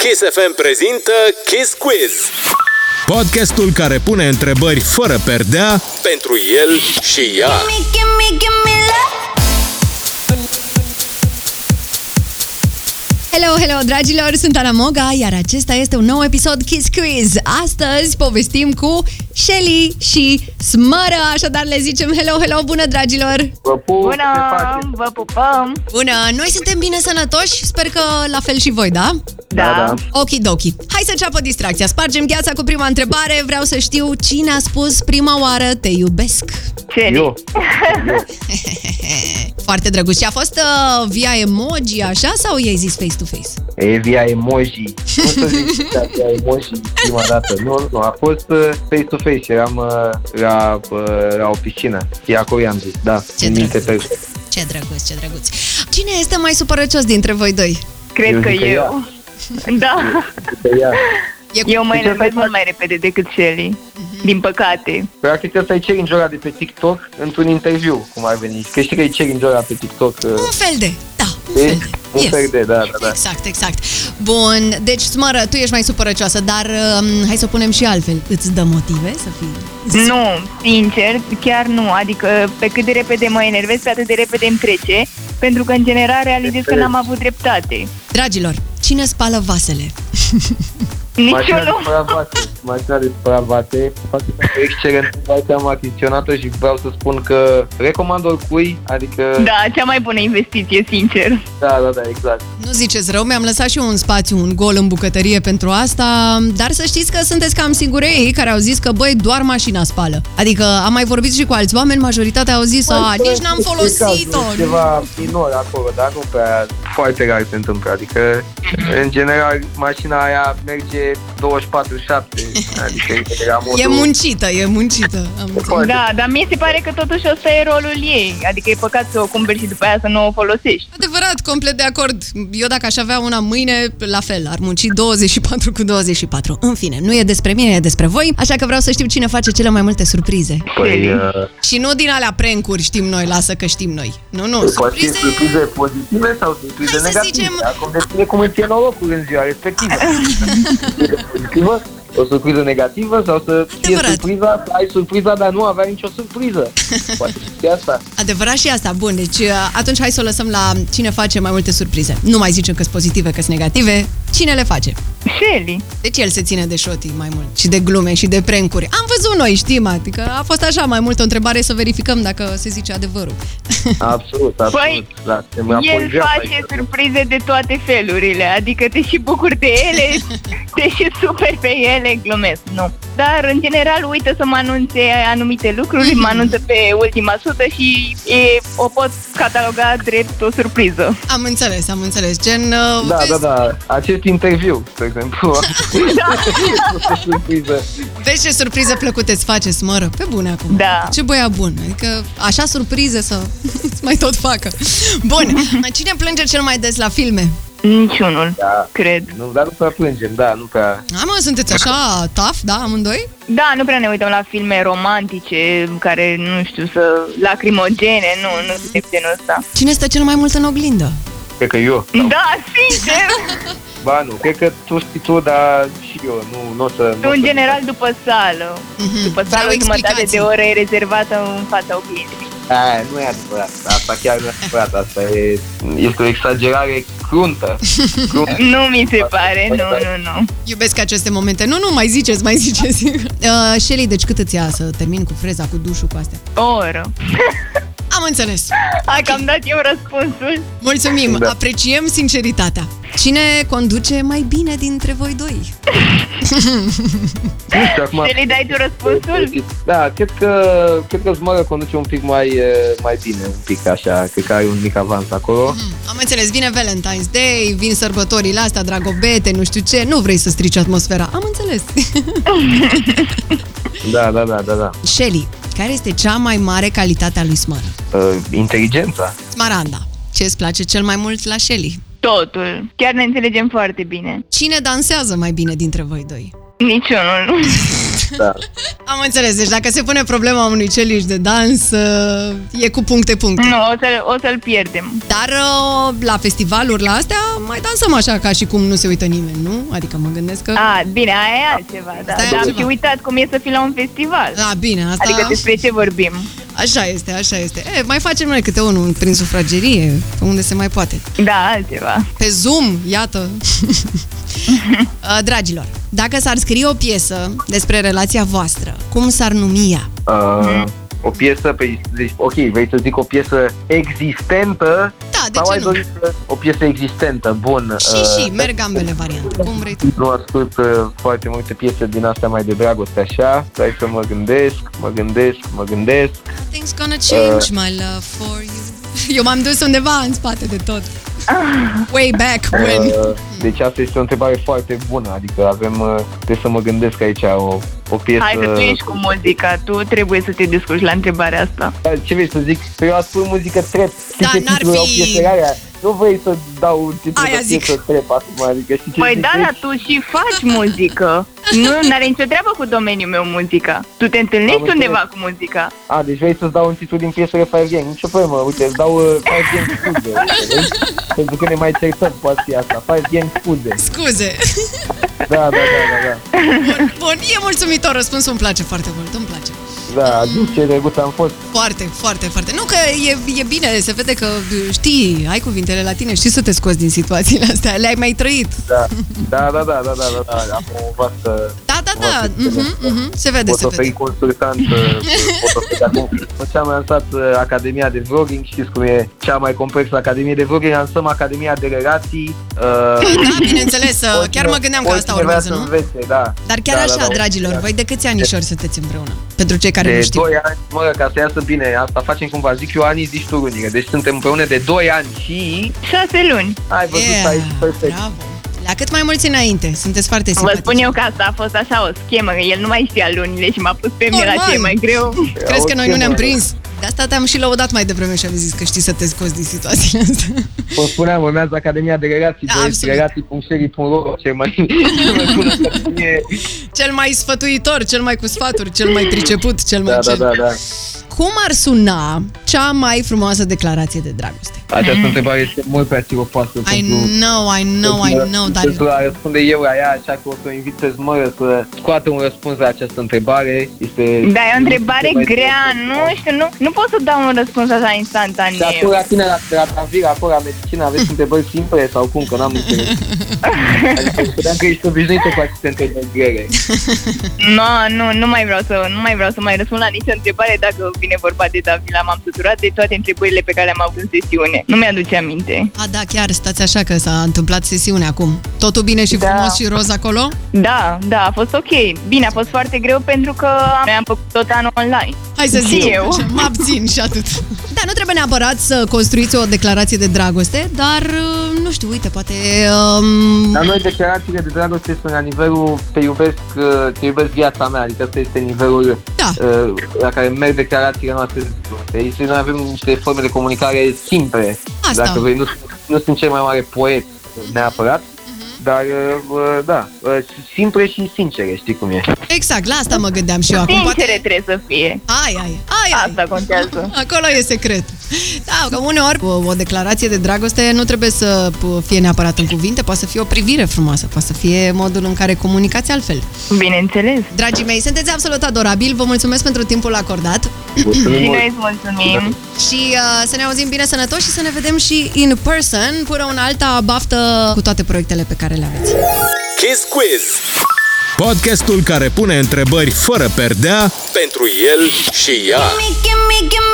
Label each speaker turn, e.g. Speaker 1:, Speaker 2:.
Speaker 1: Kiss FM prezintă Kiss Quiz.
Speaker 2: Podcastul care pune întrebări fără perdea
Speaker 1: Pentru el și ea.
Speaker 3: Hello, hello, dragilor! Sunt Ana Moga, iar acesta este un nou episod Kiss Quiz. Astăzi povestim cu Shelly și Smără, așadar le zicem hello, hello, bună, dragilor!
Speaker 4: Vă pup,
Speaker 5: Bună,
Speaker 4: ce faceți?
Speaker 5: vă pupăm!
Speaker 3: Bună, noi suntem bine sănătoși, sper că la fel și voi, da?
Speaker 4: Da,
Speaker 5: Da,
Speaker 4: da.
Speaker 3: Okidoki. Hai să înceapă distracția. Spargem gheața cu prima întrebare. Vreau să știu cine a spus prima oară te iubesc.
Speaker 5: Celi.
Speaker 4: Eu,
Speaker 3: Foarte drăguț. Și a fost uh, via emoji, așa, sau i-ai zis face-to-face?
Speaker 4: Evia Emoji. Cum să zic că Evia Emoji prima dată? Nu, nu, a fost uh, face-to-face, eram uh, la, uh, la o piscină. Și acolo i-am zis, da,
Speaker 3: Ce
Speaker 4: în minte
Speaker 3: drăguț.
Speaker 4: pe...
Speaker 3: Ce drăguț, ce drăguț. Cine este mai supărăcios dintre voi doi?
Speaker 5: Cred
Speaker 4: Eu
Speaker 5: că
Speaker 4: zic că
Speaker 5: eu. Da,
Speaker 4: pe ea.
Speaker 3: E cu...
Speaker 5: eu mă
Speaker 4: Deci asta e
Speaker 5: enervez
Speaker 4: fac-
Speaker 5: mult mai repede decât Celi. Din păcate.
Speaker 4: Practic ăsta e challenge-ul ăla de pe TikTok într-un interviu, cum ar veni. Că știi că e challenge-ul ăla pe TikTok. uh,
Speaker 3: Un fel de, da, un
Speaker 4: E
Speaker 3: fel de.
Speaker 4: un fel de, da, da, da.
Speaker 3: Exact, exact. Bun, deci, Smară, tu ești mai supărăcioasă, dar um, hai să o punem și altfel. Îți dă motive să fii...
Speaker 5: Nu, sincer, chiar nu. Adică pe cât de repede mă enervez, pe atât de repede îmi trece. Pentru că, în general, realizez că n-am avut dreptate.
Speaker 3: Dragilor, cine spală vasele?
Speaker 4: Mașina de
Speaker 5: Niciunul.
Speaker 4: spălat vase, mașina de spălat vase, face o excelentă vase, am achiziționat-o și vreau să spun că recomand oricui, adică...
Speaker 5: Da, cea mai bună investiție, sincer.
Speaker 4: da, da, da exact.
Speaker 3: Nu ziceți rău, mi-am lăsat și eu un spațiu, un gol în bucătărie pentru asta, dar să știți că sunteți cam singurei care au zis că, băi, doar mașina spală. Adică am mai vorbit și cu alți oameni, majoritatea au zis, a, nici n-am
Speaker 4: E
Speaker 3: folosit-o.
Speaker 4: ceva minor acolo, dar nu prea foarte rar se întâmplă. Adică, în general, mașina aia merge 24-7. Adică, e la modul...
Speaker 3: E muncită, e muncită. Am înțeles.
Speaker 4: Foarte.
Speaker 5: Da, dar mie se pare că totuși ăsta e rolul ei. Adică e păcat să o cumperi și după aia să nu o folosești.
Speaker 3: Adevărat, complet de acord. Eu dacă aș avea una mâine, la fel, ar munci 24 cu 24. În fine, nu e despre mine, e despre voi, așa că vreau să știu cine face cele mai multe surprize.
Speaker 4: Păi, uh,
Speaker 3: Și nu din alea prencuri știm noi, lasă că știm noi. Nu, nu,
Speaker 4: Păi, poate fi
Speaker 3: surprize...
Speaker 4: surprize pozitive sau surprize
Speaker 3: Hai să
Speaker 4: negative.
Speaker 3: zicem-
Speaker 4: Acum depinde cum îți e norocul în ziua respectivă. Surpriză pozitivă, o surpriză negativă sau să fie
Speaker 3: Adevărat.
Speaker 4: surpriza, să ai surpriza, dar nu avea nicio surpriză. Poate fi asta.
Speaker 3: Adevărat și asta, bun, deci uh, atunci hai să o lăsăm la cine face mai multe surprize. Nu mai zicem că sunt pozitive, că sunt negative, cine le face?
Speaker 5: Shelly.
Speaker 3: Deci el se ține de șotii mai mult și de glume și de prencuri. Am văzut noi, știm, adică a fost așa mai mult o întrebare să verificăm dacă se zice adevărul.
Speaker 4: Absolut, absolut.
Speaker 5: Păi,
Speaker 4: da, suntem la
Speaker 5: El
Speaker 4: poligraf
Speaker 5: face
Speaker 4: aici.
Speaker 5: surprize de toate felurile, adică te și bucuri de ele, te și super pe ele, glumesc, nu. Dar, în general, uită să mă anunțe anumite lucruri, mă anunță pe ultima sută și e, o pot cataloga drept o surpriză.
Speaker 3: Am înțeles, am înțeles. Gen, uh,
Speaker 4: Da,
Speaker 3: vezi,
Speaker 4: da, da. Acest interviu, spre exemplu. da. surpriză.
Speaker 3: vezi ce surprize plăcute îți face, smără. Pe bune acum.
Speaker 5: Da.
Speaker 3: Ce băia bun. Adică așa surprize să îți mai tot facă. Bun. Cine plânge cel mai des la filme?
Speaker 5: Niciunul,
Speaker 4: Da.
Speaker 5: cred.
Speaker 4: Nu, dar nu prea plângem, da, nu prea.
Speaker 3: A, mă, sunteți așa taf, da, amândoi?
Speaker 5: Da, nu prea ne uităm la filme romantice, care, nu știu, să lacrimogene, nu, nu suntem genul ăsta.
Speaker 3: Cine stă cel mai mult în oglindă?
Speaker 4: Cred că eu.
Speaker 5: Da, sincer,
Speaker 4: Ba, nu, cred că tu știi tu, dar și eu. Nu, nu o să...
Speaker 5: tu,
Speaker 4: nu o
Speaker 5: în
Speaker 4: să-
Speaker 5: general, după sală.
Speaker 3: Mhm.
Speaker 5: După
Speaker 3: Vreau
Speaker 5: sală, o jumătate
Speaker 3: explicații.
Speaker 5: de oră e rezervată în fața oglinzii.
Speaker 4: Da, nu e adevărat. Asta chiar nu e adevărat. Asta e, este o exagerare cruntă. cruntă.
Speaker 5: Nu mi se pare, nu, nu, nu.
Speaker 3: Iubesc aceste momente. Nu, nu, mai ziceți, mai ziceți. Uh, Shelly, deci cât îți ia să termin cu freza, cu dușul, cu astea?
Speaker 5: O oră.
Speaker 3: Am înțeles.
Speaker 5: Hai că am dat eu răspunsul.
Speaker 3: Mulțumim, da.
Speaker 4: Da.
Speaker 3: apreciem sinceritatea. Cine conduce mai bine dintre voi doi?
Speaker 4: Nu știu, acum...
Speaker 5: Să le dai tu răspunsul?
Speaker 4: Da, cred că, cred că Zmără conduce un pic mai, eh, mai bine, un pic așa, cred că are un mic avans acolo.
Speaker 3: Hmm, Am înțeles, vine Valentine's Day, vin sărbătorile astea, dragobete, nu știu ce, nu vrei să strici atmosfera. Am înțeles.
Speaker 5: Mm.
Speaker 4: Da, da, da, da, da.
Speaker 3: Shelly, care este cea mai mare calitate a lui Smara?
Speaker 4: Uh, inteligența.
Speaker 3: Smaranda. Ce îți place cel mai mult la Shelly?
Speaker 5: Totul. Chiar ne înțelegem foarte bine.
Speaker 3: Cine dansează mai bine dintre voi doi?
Speaker 5: Niciunul.
Speaker 4: Da.
Speaker 3: Am înțeles, deci dacă se pune problema unui celiș de dans, uh, e cu puncte-puncte.
Speaker 5: Nu, o să-l, o să-l pierdem.
Speaker 3: Dar uh, la festivaluri, la astea, mai dansăm așa ca și cum nu se uită nimeni, nu? Adică mă gândesc că...
Speaker 5: A, bine, aia e altceva, da.
Speaker 3: Asta e
Speaker 5: Dar am
Speaker 3: altceva.
Speaker 5: și uitat cum e să fii la un festival.
Speaker 3: Da, bine, asta...
Speaker 5: Adică despre ce vorbim.
Speaker 3: Așa este, așa este. E, mai facem noi câte unul prin sufragerie, pe unde se mai poate.
Speaker 5: Da, altceva.
Speaker 3: Pe Zoom, iată. Uh, Dragilor, dacă s-ar scrie o piesă despre relația voastră, cum s-ar numi ea? Mhm.
Speaker 4: Uh, o piesă, pe, deci, ok, vrei să zic o piesă existentă?
Speaker 3: Da, de
Speaker 4: sau
Speaker 3: ce
Speaker 4: ai
Speaker 3: nu?
Speaker 4: dorit să- o piesă existentă, bun.
Speaker 3: Și, și,
Speaker 4: uh,
Speaker 3: merg ambele variante, cum vrei tu.
Speaker 4: Nu ascult uh, foarte multe piese din astea mai de dragoste așa, stai să mă gândesc, mă gândesc, mă gândesc.
Speaker 3: Things gonna change my love for you. Eu m-am dus undeva în spate de tot. Way back when.
Speaker 4: Uh, Deci asta este o întrebare foarte bună, adică avem, uh, trebuie să mă gândesc aici o, o piesă...
Speaker 5: Hai că tu ești cu muzica, tu trebuie să te descurci la întrebarea asta.
Speaker 4: Dar Ce vrei să zic? Păi eu ascult muzică trap. Știi
Speaker 3: Da,
Speaker 4: ce
Speaker 3: n-ar
Speaker 4: titlul e o
Speaker 3: fi-
Speaker 4: piesă aia? Nu vrei să dau titlul
Speaker 3: Aia
Speaker 4: de
Speaker 3: zic.
Speaker 4: piesă trap acum, adică știi ce
Speaker 5: Păi
Speaker 4: zic?
Speaker 5: da, dar tu și faci muzică. Nu, n-are nicio treabă cu domeniul meu muzica. Tu te
Speaker 4: Am
Speaker 5: întâlnești
Speaker 4: înțeles.
Speaker 5: undeva cu muzica.
Speaker 4: A, deci vrei să-ți dau un titlu din piesele Five Gang. Nicio problemă, uite, îți dau uh, Five Gang Scuze. înțelegi? Pentru că ne mai certăm, poate fi asta. Five Gang Scuze.
Speaker 3: Scuze.
Speaker 4: Da, da, da, da. da.
Speaker 3: Bun, bun, e mulțumitor răspunsul, îmi place foarte mult, îmi place.
Speaker 4: Da, aduc ce drăguț am fost.
Speaker 3: Foarte, foarte, foarte. Nu că e, e bine, se vede că știi, ai cuvintele la tine, știi să te scoți din situațiile astea, le-ai mai trăit.
Speaker 4: Da, da, da, da, da, da, da, da. Am o vastă...
Speaker 3: Da, da, da,
Speaker 4: vastă
Speaker 3: uh-huh, uh-huh. se vede,
Speaker 4: Pot
Speaker 3: se
Speaker 4: oferi
Speaker 3: vede.
Speaker 4: consultant uh, pot oferi acum. După ce am lansat uh, Academia de Vlogging, știți cum e cea mai complexă Academie de Vlogging, lansăm Academia de Relații. Uh,
Speaker 3: Da, bineînțeles, chiar mă gândeam că asta
Speaker 4: oricine vrea
Speaker 3: urmează,
Speaker 4: să
Speaker 3: nu?
Speaker 4: Învețe, da.
Speaker 3: Dar chiar
Speaker 4: da,
Speaker 3: așa,
Speaker 4: da, da,
Speaker 3: dragilor,
Speaker 4: da.
Speaker 3: voi de câți anișori sunteți împreună? Pentru cei care
Speaker 4: de
Speaker 3: nu știu.
Speaker 4: 2 ani, mă, ca să iasă bine, asta facem cumva, zic eu ani, zici tu runică. Deci suntem împreună de 2 ani și
Speaker 5: Șase luni.
Speaker 4: ai văzut
Speaker 3: Yeah,
Speaker 4: yeah, aici perfect.
Speaker 3: bravo. La cât mai mulți înainte, sunteți foarte
Speaker 5: Vă
Speaker 3: simpatici.
Speaker 5: spun eu că asta a fost așa o schemă, că el nu mai știa lunile și m-a pus pe mine la
Speaker 3: Normal.
Speaker 5: ce e mai greu.
Speaker 3: Crezi că noi nu ne-am
Speaker 4: Auzi, mă,
Speaker 3: prins? De asta te-am și lăudat mai devreme și am zis că știi să te scoți din situațiile astea.
Speaker 4: Cum spuneam, urmează Academia de Relații,
Speaker 3: Da,
Speaker 4: de
Speaker 3: absolut.
Speaker 4: relații.sherry.ro, cel mai, cel mai bună academie.
Speaker 3: Cel mai sfătuitor, cel mai cu sfaturi, cel mai priceput, cel mai
Speaker 4: Da, da,
Speaker 3: cel.
Speaker 4: da, da.
Speaker 3: Cum ar suna cea mai frumoasă declarație de dragoste?
Speaker 4: Această întrebare este mult prea siropoasă
Speaker 3: Mm. I know, I know, I know, dar
Speaker 4: Pentru a răspunde eu la ea, așa că o să o invit să-ți mă să scoată un răspuns la această întrebare. Este
Speaker 5: Da, e o întrebare
Speaker 4: este mai
Speaker 5: grea,
Speaker 4: siropoasă.
Speaker 5: nu știu, nu, nu pot să dau un răspuns așa
Speaker 4: Și
Speaker 5: instantaneu.
Speaker 4: acolo la tine, la, la Tavira, acolo la medicină, aveți întrebări simple sau cum, că n-am înțeles. adică credeam că ești obișnuită cu aceste întrebări grele.
Speaker 5: No, nu, nu mai vreau să, nu mai vreau să mai răspund la nicio întrebare dacă vine vorba de Davila. M-am săturat de toate întrebările pe care le-am avut în sesiune. Nu mi-aduce aminte.
Speaker 3: A, da, chiar, stați așa că s-a întâmplat sesiunea acum. Totul bine și
Speaker 5: Da.
Speaker 3: frumos și roz acolo?
Speaker 5: Da, da, a fost ok. Bine, a fost foarte greu pentru că am făcut tot anul online.
Speaker 3: Hai să
Speaker 5: Și
Speaker 3: zic,
Speaker 5: eu.
Speaker 3: așa, mă abțin și atât. Da, nu trebuie neapărat să construiți o declarație de dragoste, dar, uh, nu știu, uite, poate... Um,
Speaker 4: La noi declarațiile de dragoste sunt la nivelul te iubesc, uh, te iubesc viața mea, adică ăsta este nivelul
Speaker 3: Da.
Speaker 4: uh, la care merg declarațiile noastre. Deci noi avem niște forme de comunicare simple.
Speaker 3: Asta.
Speaker 4: Dacă vrei, nu, nu sunt cel mai mare poet neapărat,
Speaker 3: Mhm.
Speaker 4: dar uh, uh, da, uh, simple și sincere, știi cum e.
Speaker 3: exact, la asta mă gândeam și eu acum.
Speaker 5: Sincere
Speaker 3: Poate...
Speaker 5: trebuie să fie.
Speaker 3: Ai, ai, ai, ai.
Speaker 5: Asta contează.
Speaker 3: Acolo e secret. Da, că uneori o, o declarație de dragoste nu trebuie să p- fie neapărat în cuvinte, poate să fie o privire frumoasă, poate să fie modul în care comunicați altfel.
Speaker 5: Bineînțeles.
Speaker 3: Dragii mei, sunteți absolut adorabili, vă mulțumesc pentru timpul acordat
Speaker 5: Și
Speaker 4: Mulțumim mult.
Speaker 5: noi îți mulțumim.
Speaker 3: și uh, să ne auzim bine sănătoși și să ne vedem și in person, până una alta baftă cu toate proiectele pe care le aveți.
Speaker 1: Kiss Quiz.
Speaker 2: Podcastul care pune întrebări fără perdea
Speaker 1: Pentru el și ea.
Speaker 6: Gimme, gimme, gimme.